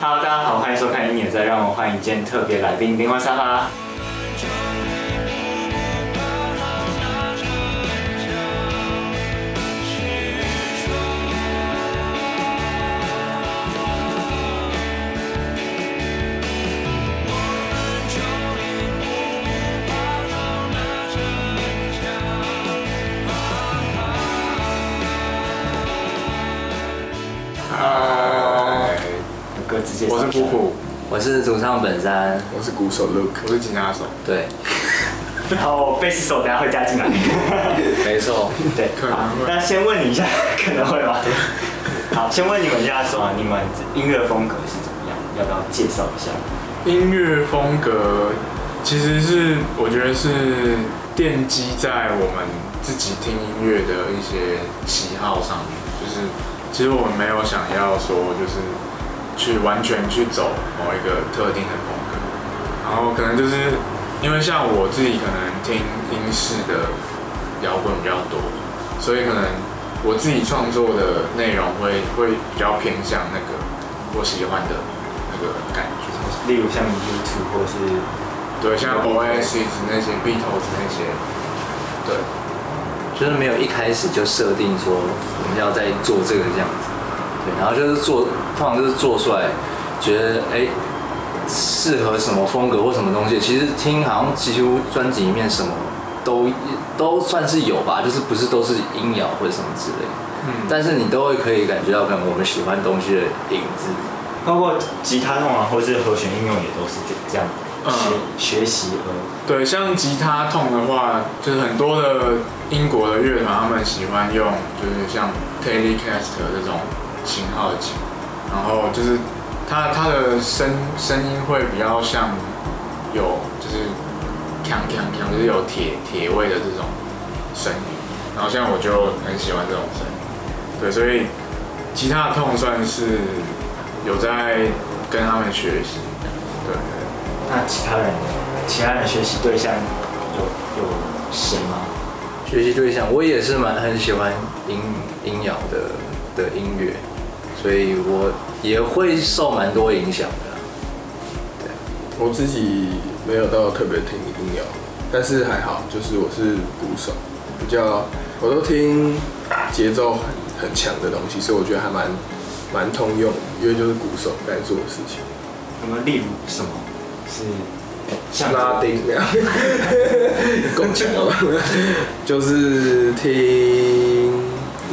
Hello，大家好，欢迎收看《鹰眼在》，让我们欢迎今天特别来宾冰块沙发。嗨，有各自介绍。我是普，普，我是主唱本山，我是鼓手 Luke，我是吉他手，对，然后贝斯手等下会加进 来。没错，对，可能好会那先问你一下，可能会吗？好，先问你们一下，说你们音乐风格是怎么样？要不要介绍一下？音乐风格其实是我觉得是奠基在我们自己听音乐的一些喜好上面，就是其实我们没有想要说就是去完全去走某一个特定的风格，然后可能就是因为像我自己可能听英式的摇滚比较多，所以可能我自己创作的内容会会比较偏向那个我喜欢的那个感觉。例如像 YouTube 或是对，像 Oasis 那些 Beatles 那些，对，就是没有一开始就设定说我们要再做这个这样子，对，然后就是做，通常就是做出来，觉得哎适合什么风格或什么东西，其实听好像几乎专辑里面什么都都算是有吧，就是不是都是音摇或者什么之类，嗯，但是你都会可以感觉到可能我们喜欢东西的影子，包括吉他痛啊，或是和弦应用也都是这这样学、嗯学习而对，像吉他痛的话，就是很多的英国的乐团，他们喜欢用就是像 Telecaster 这种型号的琴，然后就是它它的声声音会比较像有就是锵锵锵，就是有铁铁味的这种声音，然后像我就很喜欢这种声音，对，所以吉他痛算是有在跟他们学习，对。那其他人呢，其他人学习对象有有谁吗？学习对象，我也是蛮很喜欢音音摇的的音乐，所以我也会受蛮多影响的啦。我自己没有到特别听音乐，但是还好，就是我是鼓手，比较我都听节奏很很强的东西，所以我觉得还蛮蛮通用，因为就是鼓手该做的事情，有没有例如什么是像拉丁那样，够强了吧？就是听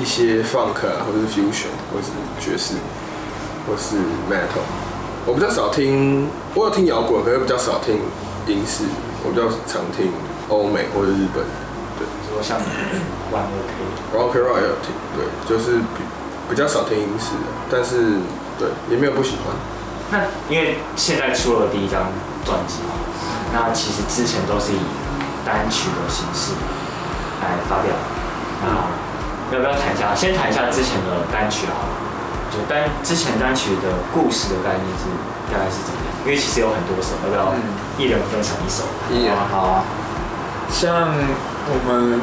一些 funk 啊，或者是 fusion，或是爵士，或是 metal。我比较少听，我有听摇滚，可是比较少听英式，我比较常听欧美或者日本。比如说像玩 OK，然后 p e r a 也有听，对，就是比比较少听英式的，但是对也没有不喜欢。那因为现在出了第一张专辑嘛，那其实之前都是以单曲的形式来发表。那要不要谈一下？先谈一下之前的单曲好了。就单之前单曲的故事的概念是大概是怎么样？因为其实有很多首，要不要嗯一人分享一首？一人好啊，像我们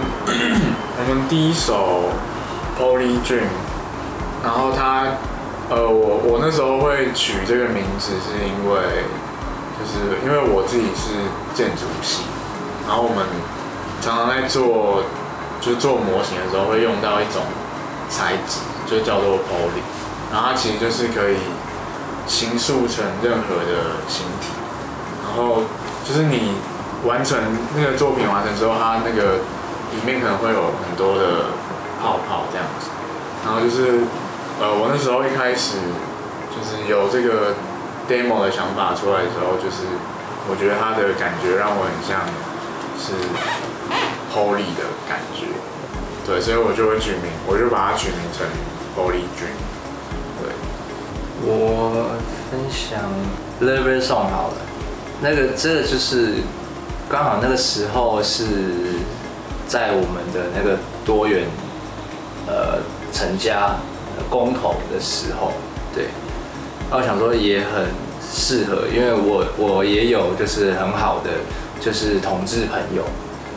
我们第一首《Poly Dream》，然后它呃，我我那时候会取这个名字是因为就是因为我自己是建筑系，然后我们常常在做就是做模型的时候会用到一种材质，就叫做 Poly，然后它其实就是可以形塑成任何的形体。然后就是你完成那个作品完成之后，它啊那个里面可能会有很多的泡泡这样子。然后就是呃，我那时候一开始就是有这个 demo 的想法出来的时候，就是我觉得它的感觉让我很像是 Holy 的感觉，对，所以我就会取名，我就把它取名成 Holy Dream。对，我分享 l e v e r Song 好了，那个这个就是刚好那个时候是在我们的那个多元呃成家呃公投的时候，对，那我想说也很适合，因为我我也有就是很好的就是同志朋友，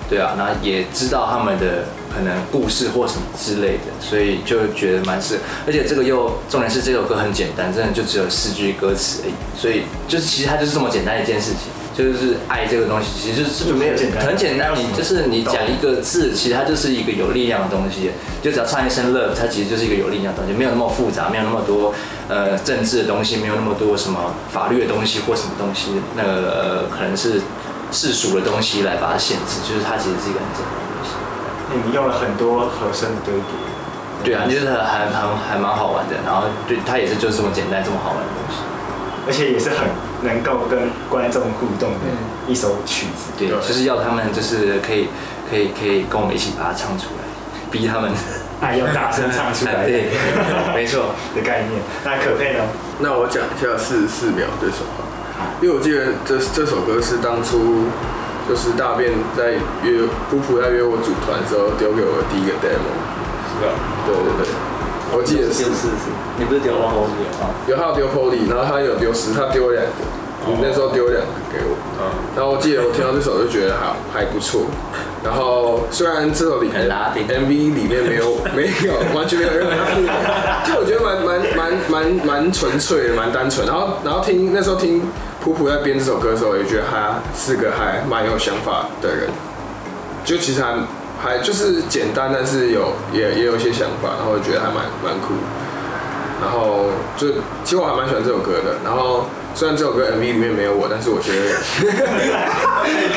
对啊，那也知道他们的可能故事或什么之类的，所以就觉得蛮适合。而且这个又重点是这首歌很简单，真的就只有四句歌词而已，所以就是其实它就是这么简单一件事情，就是爱这个东西，其实就是没有就是很简单很简单，你就是你道讲理一个字，其实它就是一个有力量的东西，就只要唱一声 love，它其实就是一个有力量的东西，没有那么复杂，没有那么多呃政治的东西，没有那么多什么法律的东西或什么东西，那个、呃、可能是世俗的东西来把它限制，就是它其实是一个很简单的东西。你们用了很多和声的堆叠。对啊，就是很还还还蛮好玩的，然后对它也是就是这么简单这么好玩的东西。而且也是很能够跟观众互动的一首曲子。对，对就是要他们就是可以可以可以跟我们一起把它唱出来，逼他们。 爱要大声唱出 来对，没错。的概念。那可佩呢？那我讲一下四十四秒这首吧，因为我记得这这首歌是当初就是大便在约普普在约我组团的时候丢给我的第一个 demo，是吧？对对对，我记得是丢四十，你不是丢王猴子有吗？有他有丢 Polly，然后他有丢十，他丢两个，你那时候丢两个给我，嗯然后我记得我听到这首就觉得好还不错，然后虽然这首里很拉丁 MV 里面没 有没有完全没有任何互动，就我觉得蛮蛮蛮蛮蛮纯粹的，蛮单纯。然后然后听那时候听普普在编这首歌的时候，也觉得他是个还蛮有想法的人，就其实还还就是简单，但是有也也有一些想法，然后我觉得还蛮蛮酷。然后就其实我还蛮喜欢这首歌的。然后虽然这首歌 MV 里面没有我，但是我觉 得。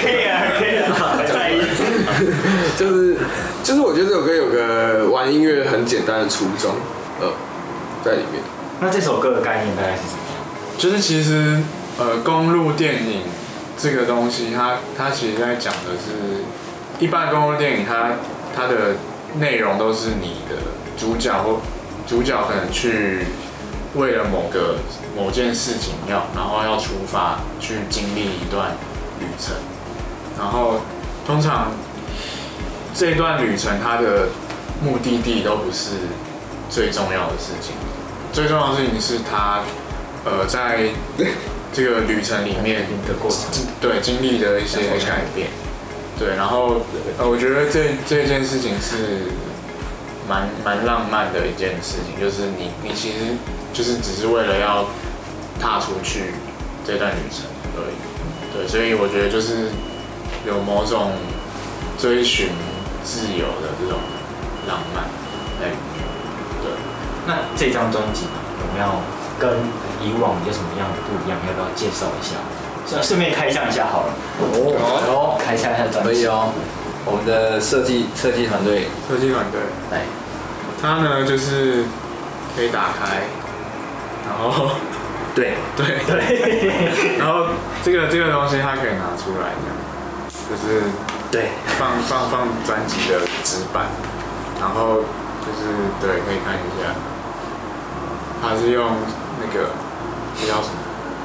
可以啊，可以 啊，再一次。就是就是我觉得这首歌有个玩音乐很简单的初衷，呃，在里面。那这首歌的概念大概是什么？就是其实呃，公路电影这个东西它，它其实在讲的是，一般的公路电影它它的内容都是你的主角或主角可能去为了某个某件事情要，然后要出发去经历一段旅程，然后通常这一段旅程它的目的地都不是最重要的事情，最重要的事情是他呃在这个旅程里面的过程，对经历的一些改变，对，然后呃我觉得这这件事情是蛮蛮浪漫的一件事情，就是你你其实就是只是为了要踏出去这段旅程而已，对，所以我觉得就是有某种追寻自由的这种浪漫，哎，对。那这张专辑有没有跟以往有什么样的不一样？要不要介绍一下？顺顺便开箱一下好了，哦，哦，开箱一下专可以辑。哦。我们的设计设计团队设计团队，来，它呢就是可以打开，然后 对，对对， 然后这个这个东西它可以拿出来，这样就是对，放放放专辑的纸板，然后就是对可以看一下，它是用那个这叫什么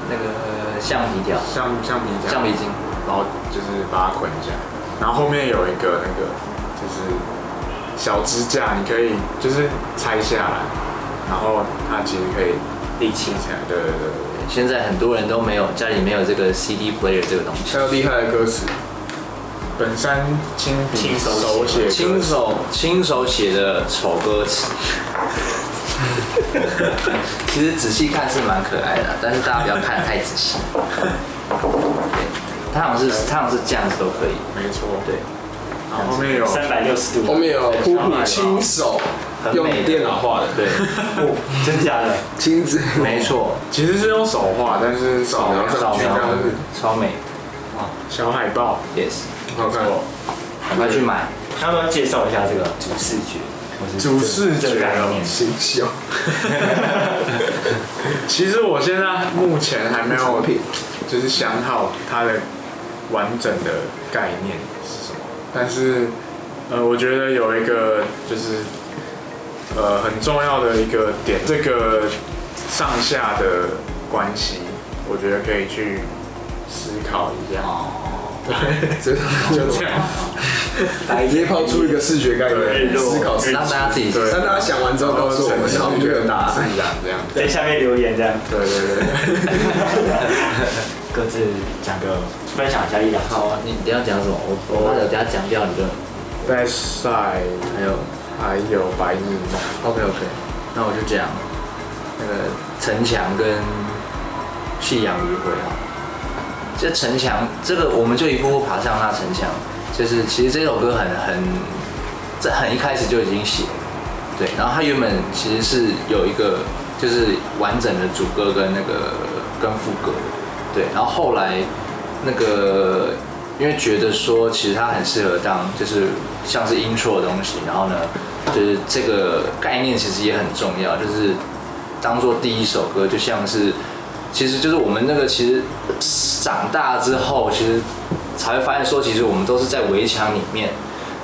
那个呃橡皮条、橡橡皮夹，橡皮筋，然后就是把它捆起来，然后后面有一个那个就是小支架，你可以就是拆下来，然后它其实可以力气立起来，对对对对现在很多人都没有家里没有这个 CD player 这个东西还，有厉害的歌词，本山亲笔亲手手写歌亲手亲手写的丑歌 词。其实仔细看是蛮可爱的，但是大家不要看得太仔细。对，它好像是它好像是这样子都可以。没错，对，然后后面有三百六十度，后面有普普亲手很用美的电脑画的，对， 哦，真假的？亲 自没错，其实是用手画，但是扫描扫上去这描样子超美小海报， ，yes，好看。赶快去买。要不要介绍一下这个主视觉？或是主视这觉个概念哦，形象， 其实我现在目前还没有就是想好它的完整的概念是什么，但是呃，我觉得有一个就是呃很重要的一个点，这个上下的关系，我觉得可以去思考一下。 真的就这样，直接抛出一个视觉概念，对思考思让哦大家自己对让大家想完之后告诉我们，然后我们就有答自案。然这样。在下面留言这样。对对对，各自讲个分享一下一两好首。啊，你你要讲什么？我我怕等下讲掉你就 Best Side，还有还有白日梦。 OK OK。那我就讲那个城墙跟夕阳余晖啊。这城墙，这个我们就一步步爬上那城墙。就是其实这首歌很很，在很一开始就已经写了，对。然后它原本其实是有一个就是完整的主歌跟那个跟副歌，对。然后后来那个因为觉得说其实它很适合当就是像是 intro 的东西，然后呢就是这个概念其实也很重要，就是当做第一首歌，就像是，其实就是我们那个其实长大之后，其实才会发现说，其实我们都是在围墙里面。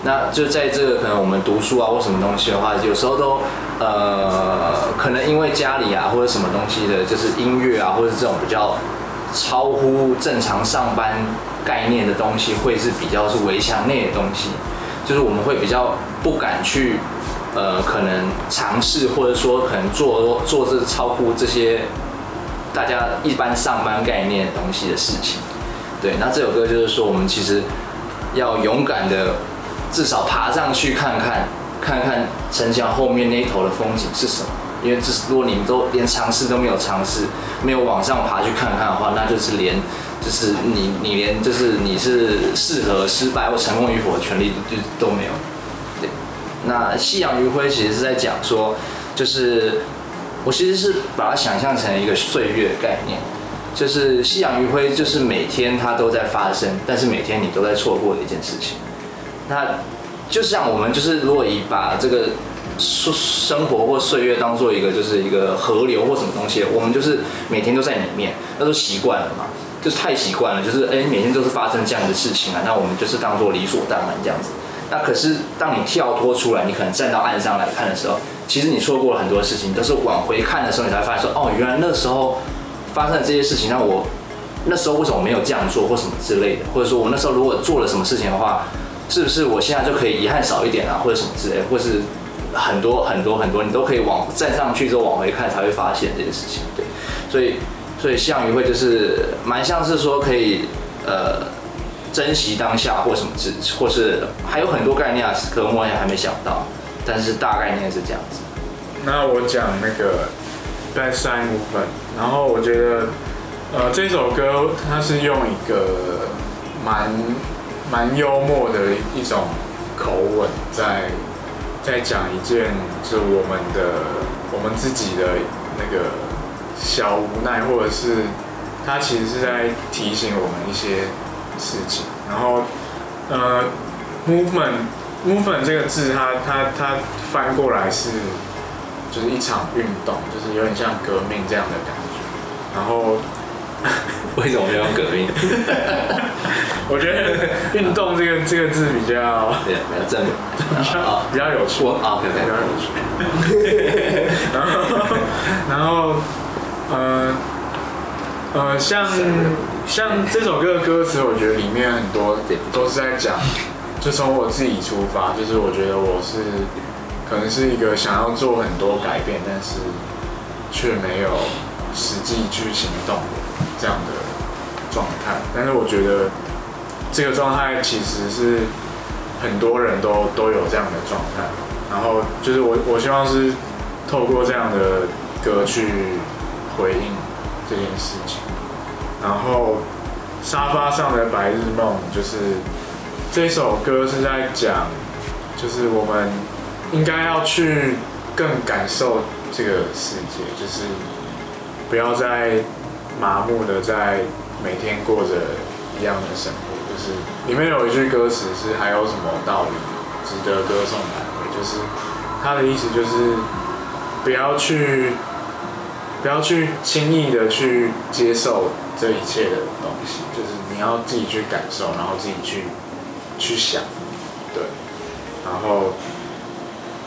那就在这个可能我们读书啊或什么东西的话，有时候都呃，可能因为家里啊或者什么东西的，就是音乐啊或者这种比较超乎正常上班概念的东西，会是比较是围墙内的东西，就是我们会比较不敢去呃，可能尝试或者说可能做做这超乎这些大家一般上班概念的东西的事情。对，那这首歌就是说，我们其实要勇敢的，至少爬上去看看，看看城墙后面那一头的风景是什么。因为这是如果你们都连尝试都没有尝试，没有往上爬去看看的话，那就是连，就是你你连就是你是适合失败或成功与否的权利就都没有。对，那夕阳余晖其实是在讲说，就是我其实是把它想象成一个岁月的概念，就是夕阳余晖，就是每天它都在发生，但是每天你都在错过的一件事情。那就像我们就是如果以把这个生生活或岁月当做一个就是一个河流或什么东西，我们就是每天都在里面，那都习惯了嘛，就是太习惯了，就是哎每天都是发生这样的事情啊，那我们就是当做理所当然这样子。那可是当你跳脱出来，你可能站到岸上来看的时候，其实你错过了很多事情，都是往回看的时候，你才会发现说，哦，原来那时候发生了这些事情，那我那时候为什么没有这样做或什么之类的，或者说我那时候如果做了什么事情的话，是不是我现在就可以遗憾少一点啊，或者什么之类，或是很多很多很多，你都可以往站上去之后往回看才会发现这些事情，对，所以所以项羽会就是蛮像是说可以呃珍惜当下或什么之，或是还有很多概念啊，可能我也还没想到，但是大概念是这样子。那我讲那个 Bad Side Movement，然后我觉得，呃，这首歌它是用一个蛮蛮幽默的一种口吻在在讲一件就是我们的我们自己的那个小无奈，或者是它其实是在提醒我们一些事情，然后呃，movement movement 这个字它它它翻过来是。就是一场运动，就是有点像革命这样的感觉。然后为什么没有革 命？我觉得 运动这个这个字比较对，比较正面。比较啊，比较有趣 我。啊，OK 比较 OK，有趣。然后然后呃呃，像像这首歌的歌词，我觉得里面很多都是在讲，就从我自己出发，就是我觉得我是可能是一个想要做很多改变，但是却没有实际去行动的这样的状态。但是我觉得这个状态其实是很多人都都有这样的状态。然后就是我我希望是透过这样的歌去回应这件事情。然后沙发上的白日梦就是这首歌是在讲，就是我们应该要去更感受这个世界，就是不要再麻木的在每天过着一样的生活。就是里面有一句歌词是“还有什么道理值得歌颂百回”，就是他的意思就是不要去不要去轻易的去接受这一切的东西，就是你要自己去感受，然后自己去去想，对，然后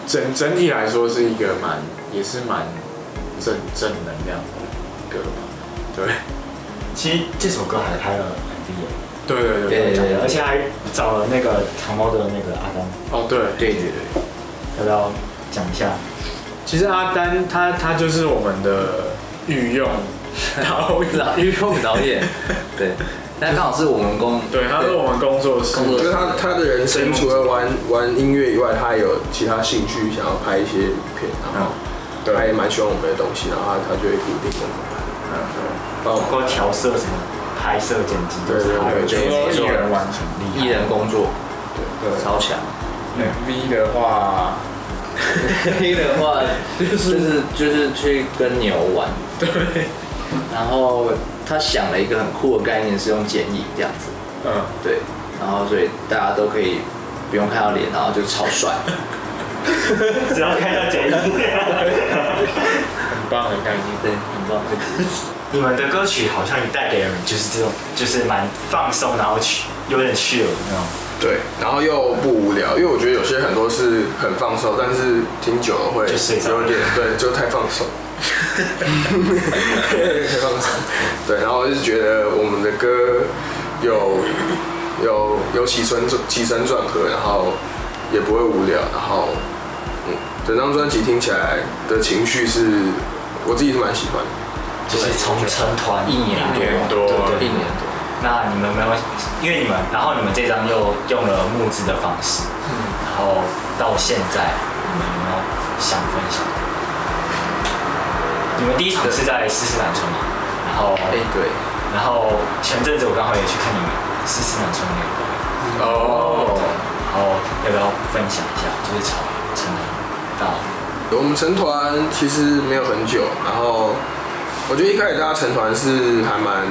整整体来说是一个蛮也是蛮正正能量的歌吧，对，其实这首歌还拍了 MV 耶对对对对对，而且还找了那个长毛的那个阿丹，哦对，对对对，要不要讲一下？其实阿丹他他就是我们的御用 导老于控导演，对，但刚好是我们工，对，他是我们工作室，就是他他的人生除了玩玩音乐以外，他也有其他兴趣，想要拍一些影片，然后嗯他也蛮喜欢我们的东西，然后他他就会固定跟我们拍。哦，包括调色什么、拍摄、剪辑都是他的对对对就是一人完成。厉艺害。人工作对超强。 ，MV 的话，黑的话，就是就是去跟牛玩，对，然后他想了一个很酷的概念，是用剪影这样子，嗯，对，然后所以大家都可以不用看到脸，然后就超帅，只要看到剪辑。很棒的概念。对，很棒。你们的歌曲好像也带给人就是这种，就是蛮放松，然后去有点 chill 的那种。对，然后又不无聊，因为我觉得有些很多是很放松，但是听久了会就睡着了有点对，就太放 松，太放松。对，然后我就是觉得我们的歌有有有起承转起承转合，然后也不会无聊，然后嗯，整张专辑听起来的情绪是我自己是蛮喜欢的。就是从成团一年一年对多一对对年。多，那你们没有，因为你们，然后你们这张又用了募资的方式，然后到现在你们有没有想分享？你们第一场是在斯斯南村嘛？然后，哎对，然后前阵子我刚好也去看你们斯斯南村那个表演，哦，然后要不要分享一下？就是从成团到我们成团其实没有很久，然后我觉得一开始大家成团是还蛮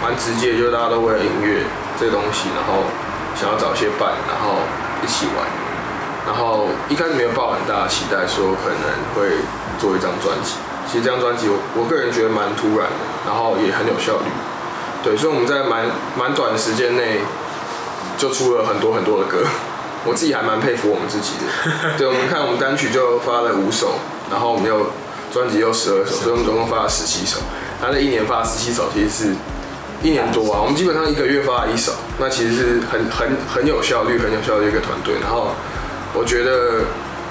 蛮直接，就是大家都为了音乐这个东西，然后想要找一些伴，然后一起玩，然后一开始没有抱很大的期待，说可能会做一张专辑。其实这张专辑我我个人觉得蛮突然的，然后也很有效率，对，所以我们在蛮蛮短的时间内就出了很多很多的歌，我自己还蛮佩服我们自己的。对，我们看我们单曲就发了五首，然后我们又专辑又十二首，所以我们总共发了十七首。他那一年发十七首，其实是一年多啊。我们基本上一个月发了一首，那其实是很很很有效率、很有效率的一个团队。然后我觉得，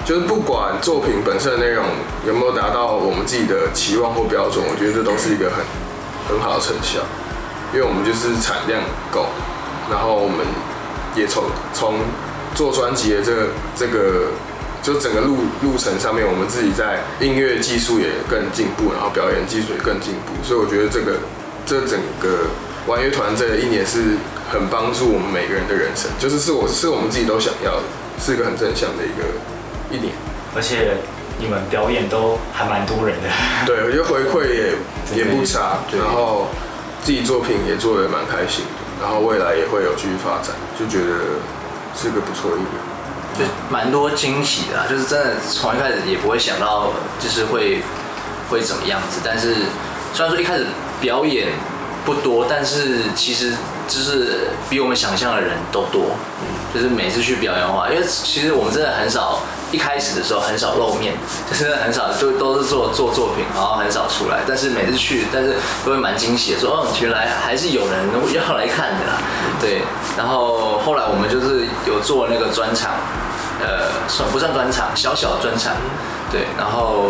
就是不管作品本身的内容有没有达到我们自己的期望或标准，我觉得这都是一个很很好的成效。因为我们就是产量够，然后我们也从从做专辑的这个这个就整个路路程上面，我们自己在音乐技术也更进步，然后表演技术也更进步，所以我觉得这个这整个玩乐团这一年是很帮助我们每个人的人生，就是是我是我们自己都想要的，是一个很正向的一个一年。而且你们表演都还蛮多人的， 对，我觉得回馈也也不差，对然后自己作品也做得蛮开心的，然后未来也会有继续发展，就觉得是个不错的一个。就蛮多惊喜的、啊，就是真的从一开始也不会想到，就是会会怎么样子。但是虽然说一开始表演不多，但是其实就是比我们想象的人都多。就是每次去表演的话，因为其实我们真的很少，一开始的时候很少露面，就是很少就都是做做作品，然后很少出来。但是每次去，但是都会蛮惊喜的，说哦，原来还是有人要来看的啦。对，然后后来我们就是有做那个专场，呃，算不算专场？小小的专场，对，然后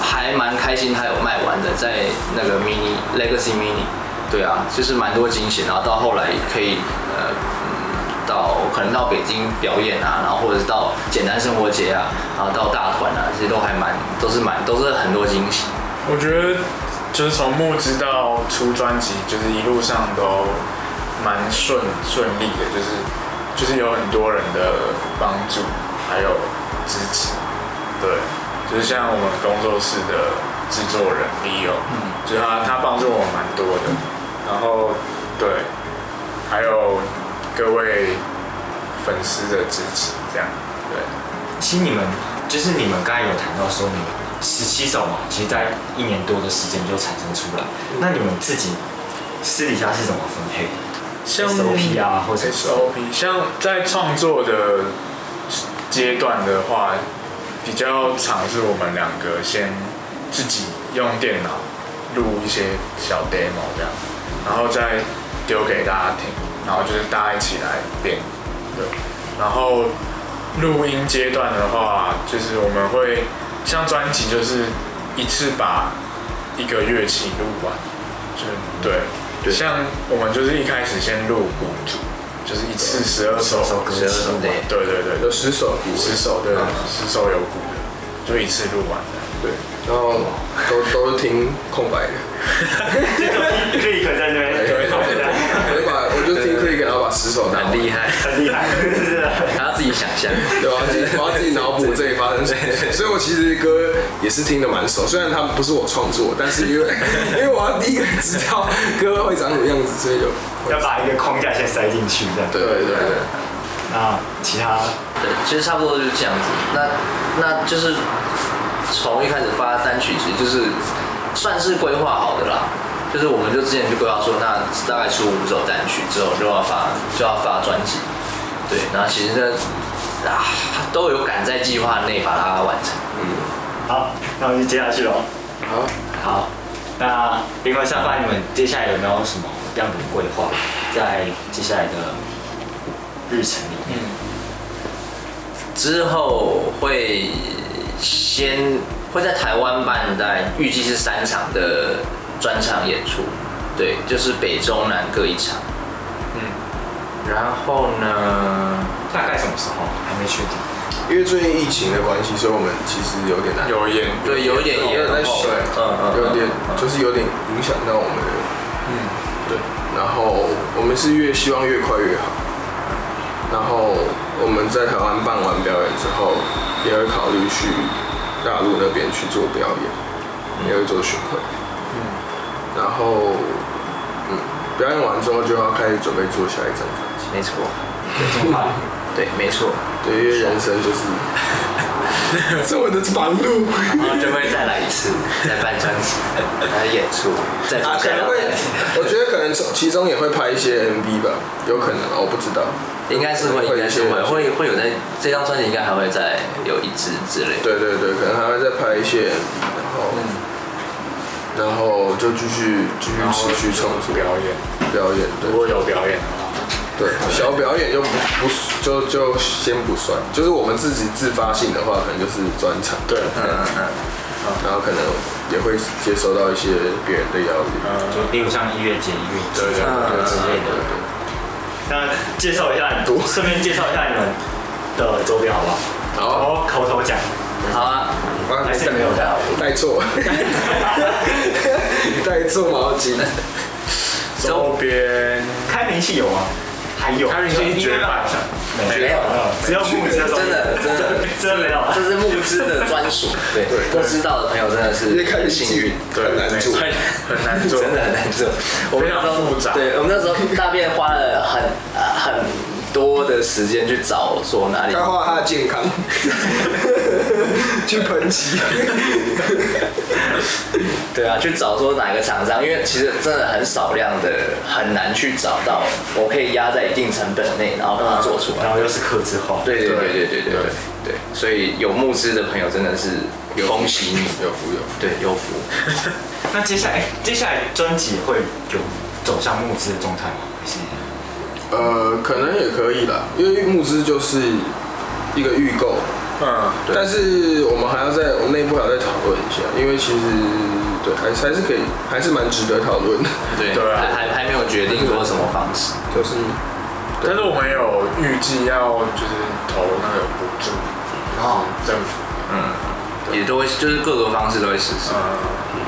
还蛮开心，它有卖完的，在那个 mini Legacy mini，对啊，就是蛮多惊喜，然后到后来可以呃。嗯到可能到北京表演啊，然后或者是到简单生活节啊，然后到大团啊，这些都还蛮都是蛮都是很多惊喜。我觉得就是从募资到出专辑，就是一路上都蛮顺顺利的，就是就是有很多人的帮助还有支持，对，就是像我们工作室的制作人 Leo，就是他他帮助我蛮多的，然后对，还有各位粉丝的支持，这样对。其实你们就是你们刚才有谈到说你们十七首嘛，其实在一年多的时间就产生出来。那你们自己私底下是怎么分配的像 SOP 啊 或者 SOP，像在创作的阶段的话，比较常是我们两个先自己用电脑录一些小 demo 这样，然后再丢给大家听，然后就是大家一起来练，对。然后录音阶段的话，就是我们会像专辑，就是一次把一个乐器录完，就是对，像我们就是一开始先录鼓组，就是一次十二首首歌12录完对对对有对，十首鼓，十首对，十首有鼓的，就一次录完的，对，然后都都是听空白的， click 在那边，对 我就把我就听 click，然后把十首打完很厉害， 很厉害，是的。还要自己想象。对我要自己我要自己脑补这里发生什么，所以我其实歌也是听得蛮熟，虽然它不是我创作，但是因为 因为我要第一个知道歌会长什么样子，所以就要把一个 框架先塞进去，这样。对对对对，那其他对，其实差不多就是这样子。那那就是从一开始发单曲，其实就是算是规划好的啦。就是我们就之前就规划说，那大概出五首单曲之后就要发就要发专辑，对。然后其实呢，啊都有赶在计划内把它完成。好，那我们就接下去喽。好，好，那林文上班，你们接下来有没有什么样的规划？在接下来的日程里面，之后会先会在台湾办，大概预计是三场的专场演出，对，就是北中南各一场。嗯，然后呢，大概什么时候？还没确定。因为最近疫情的关系，所以我们其实有点难，有演对，有一点也有很在后选，嗯嗯，有点嗯就是有点影响到我们的，嗯，对，然后我们是越希望越快越好，然后我们在台湾办完表演之后，也会考虑去大陆那边去做表演，也会做巡回，嗯，然后嗯，表演完之后就要开始准备做下一张专辑，没错，啊这么快？对，没错，对，因为人生 就是这么的忙碌。然后就会再来一次， 再办专辑，再演出，再啊，可再能会， 我觉得可能从其中也会拍一些 MV 吧，有可能啊，我不知道，应该是会，应该是会，会会有在这张专辑应该还会再有一支之类的。对对对，可能还会再拍一些 MV，然后，然后就继续继续然后持续创作表演，表演，对如果有表演的话，对，小表演就不不就就先不算，就是我们自己自发性的话，可能就是专场，对，嗯嗯。然后可能也会接收到一些别人的邀约，嗯就例如像音乐节、音乐节对对对之类的。那介绍一下， 顺便介绍一下你们的周边好不好？好，哦，口头讲，好啊，啊还是没有这样。带错，带错毛巾。周边开明器有吗？还有，开明器是绝版没有，只有木质真的真的真的没有。这是木之的专属， 对，不知道的朋友真的是因为看很你幸运，对很难做，很很难做真的很难做。我们那时非常候复杂对我们那时候大便花了很呃很多的时间去找说哪里要画他的健康，去喷漆。对啊，去找说哪个厂商，因为其实真的很少量的，很难去找到我可以压在一定成本内，然后把它做出来 然。后又是刻字化，对对对对对对对对，所以有募资的朋友真的是恭喜你，有福有福，对有福。那接下来接下来专辑会有走向募资的状态吗？还是呃，可能也可以啦，因为募资就是一个预购，嗯，但是我们还要在我们内部还要再讨论一下，因为其实对还还是可以，还是蛮值得讨论的，对，对啊还还还没有决定说什么方式。就是但是我们有预计要就是投那个补助，哦，政府，也都会就是各个方式都会实施。嗯，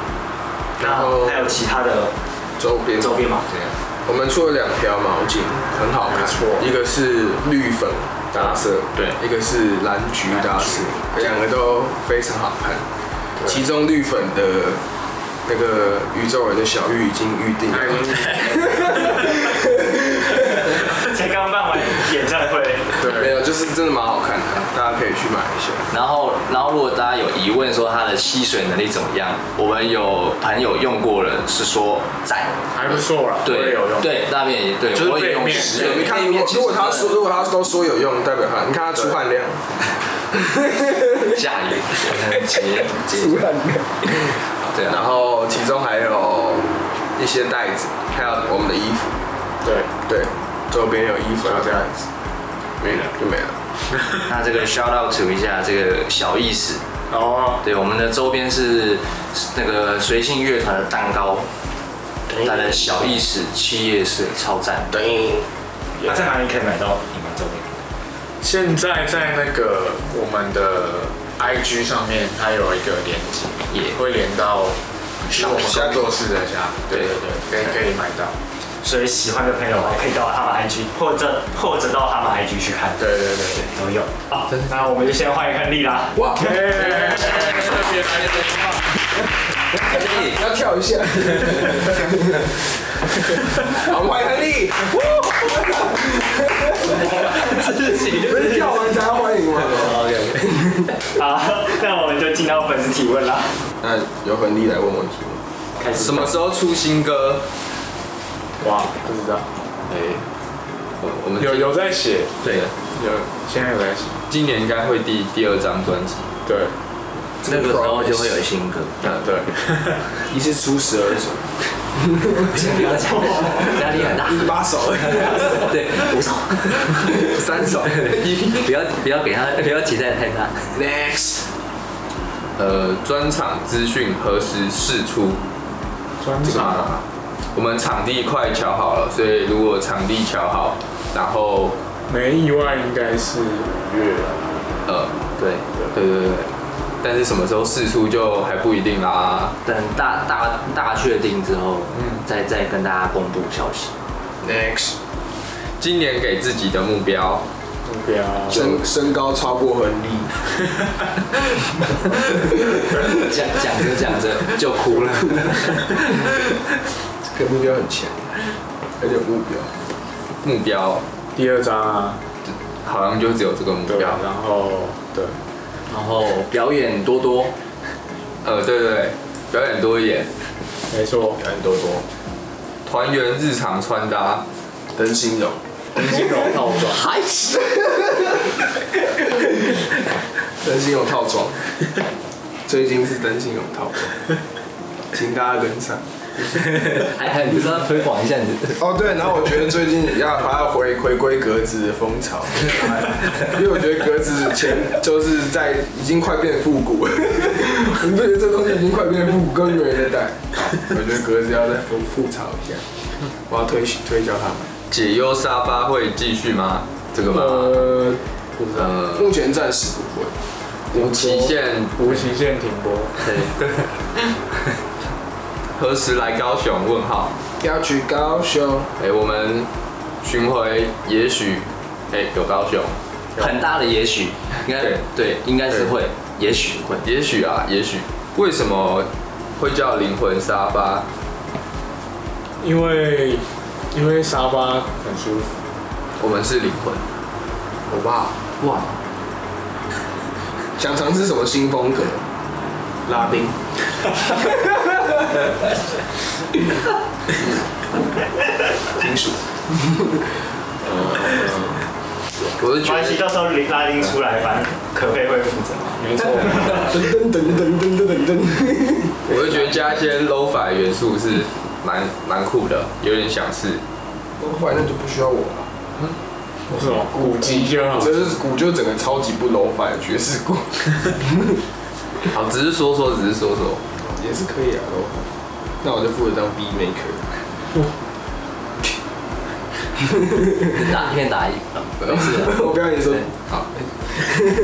然后还有其他的周边周边吗？我们出了两条毛巾，很好看，没错一个是绿粉搭色，对一个是蓝橘搭色，两个都非常好看。其中绿粉的那个宇宙人的小哎玉已经预定 了， 才刚办完演唱会，没有，就是真的蛮好看的，大家可以去买一下。然后，然后如果大家有疑问说它的吸水能力怎么样，我们有朋友用过了，是说赞。还不错啦，我也对有用，对，那边也对，就是我也用背面过对你看，如果如果他说如果他都说有用，代表他，你看他出汗量，下雨，节节 汗量。对啊，然后其中还有一些袋子，还有我们的衣服，对，对，周边有衣服，还有袋子，没了就没了。那这个 shout out to 一下这个小意思，哦，对，我们的周边是那个随性乐团的蛋糕，它的小意思七夜市超赞。等于那啊在哪里可以买到你们周边？现在在那个我们的 IG 上面，它有一个连接，也会连到我们工作室的下，对对对对，可以可以买到，所以喜欢的朋友可以到他们 IG 或者或者到他们 IG 去看，对对对。都有。好，那我们就先欢迎看丽啦。哇， 要跳一下，好，欢迎亨利，不是跳完才要欢迎吗？好，那我们就进到粉丝提问啦。那由亨利来问问题吗？开始什么时候出新歌？哇，不知道，哎，我我们有有在写，对，有现在有在写，今年应该会第第二张专辑。对，那个时候就会有新歌，嗯对，一次出十二首，压力很大。一 八首，对，五首，三首。 不要不要给他，不要期待太大。 Next，呃，专场资讯何时释出？专啊，我们场地快瞧好了，所以如果场地瞧好，然后没意外应该是五月了，呃，对对对对对，但是什么时候释出就还不一定啦。等大大大确定之后，再再跟大家公布消息。 Next，今年给自己的目标，目标身身高超过亨利，讲讲着讲着就哭了。这个目标很强，而且有目标。目标第二张啊，好像就只有这个目对，标。然后对，然后表演多多，呃，对对对，表演多一点，没错，很多多，团员日常穿搭，灯芯柔，金融套装，还是灯芯柔套装， 最近是灯芯柔套装，请大家跟上。还还不知道推广一下你的。哦，对，然后我觉得最近要还要回回归格子的风潮， 因为我觉得格子前就是在已经快变复古了， 你不觉得这东西已经快变复古，根本没人在戴？我觉得格子要再复复潮一下，我要推推销他们。解忧沙发会继续吗？这个吗？呃，呃，目前暂时不会，无期限，无期限停播，何时来高雄？问号。要去高雄，哎、我们巡回也许，哎、有高雄，很大的也许，应该对对，应该是会，也许会。也许啊，也许，为什么会叫灵魂沙发？因为因为沙发很舒服，我们是灵魂，好不好？哇，想尝试什么新风格？拉 丁。金属。我是没觉关系，得到时候拉丁出来，反正可佩会负责。没错，噔噔噔噔噔噔噔噔。我就觉得加一些 low 法元素是蛮蛮酷的，有点想试。后来那就不需要我了。是什么古籍就 好，这是鼓，就整个超级不 low 版爵士鼓， 好，只是说说，只是说说。也是可以啊 low 版。那我就负责当 B maker。打一片打一，没事的。我不要你说，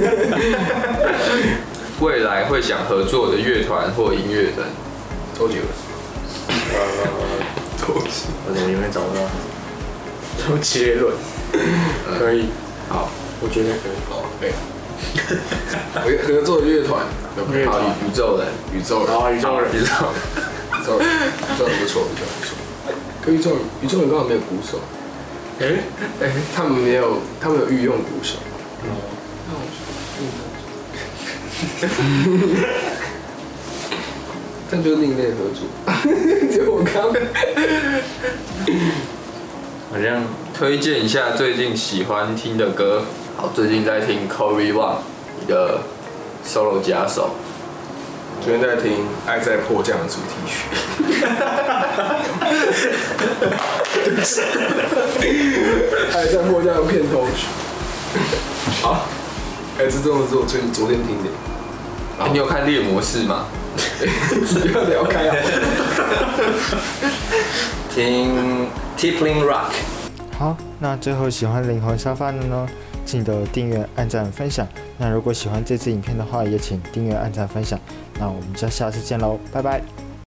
未来会想合作的乐团或音乐人，周杰伦。周杰我怎么永远找不到？周杰伦，可以，好，我觉得可以，哦， 对。合合作的乐团，乐好团哦宇宙人，宇宙人，然后宇宙人，宇宙人。宇宙人，宇宙人不错，宇宙人不错。可宇宙人，宇宙人刚好没有鼓手，哎，哎，他们没有，他们有御用鼓手。那我就，这样就是另类合作。结果我刚好像推荐一下最近喜欢听的歌。好，最近在听 Corey Wang 的 solo 假手，昨天在听《爱在迫降》的主题曲。爱在迫降的片头曲。好，哎、这真的是我最昨天听的。你有看猎魔士吗？ 你要聊开啊！听 Tippling Rock。好，那最后喜欢灵魂沙发的呢，记得订阅、按赞、分享。那如果喜欢这支影片的话，也请订阅、按赞、分享。那我们就下次见喽，拜拜。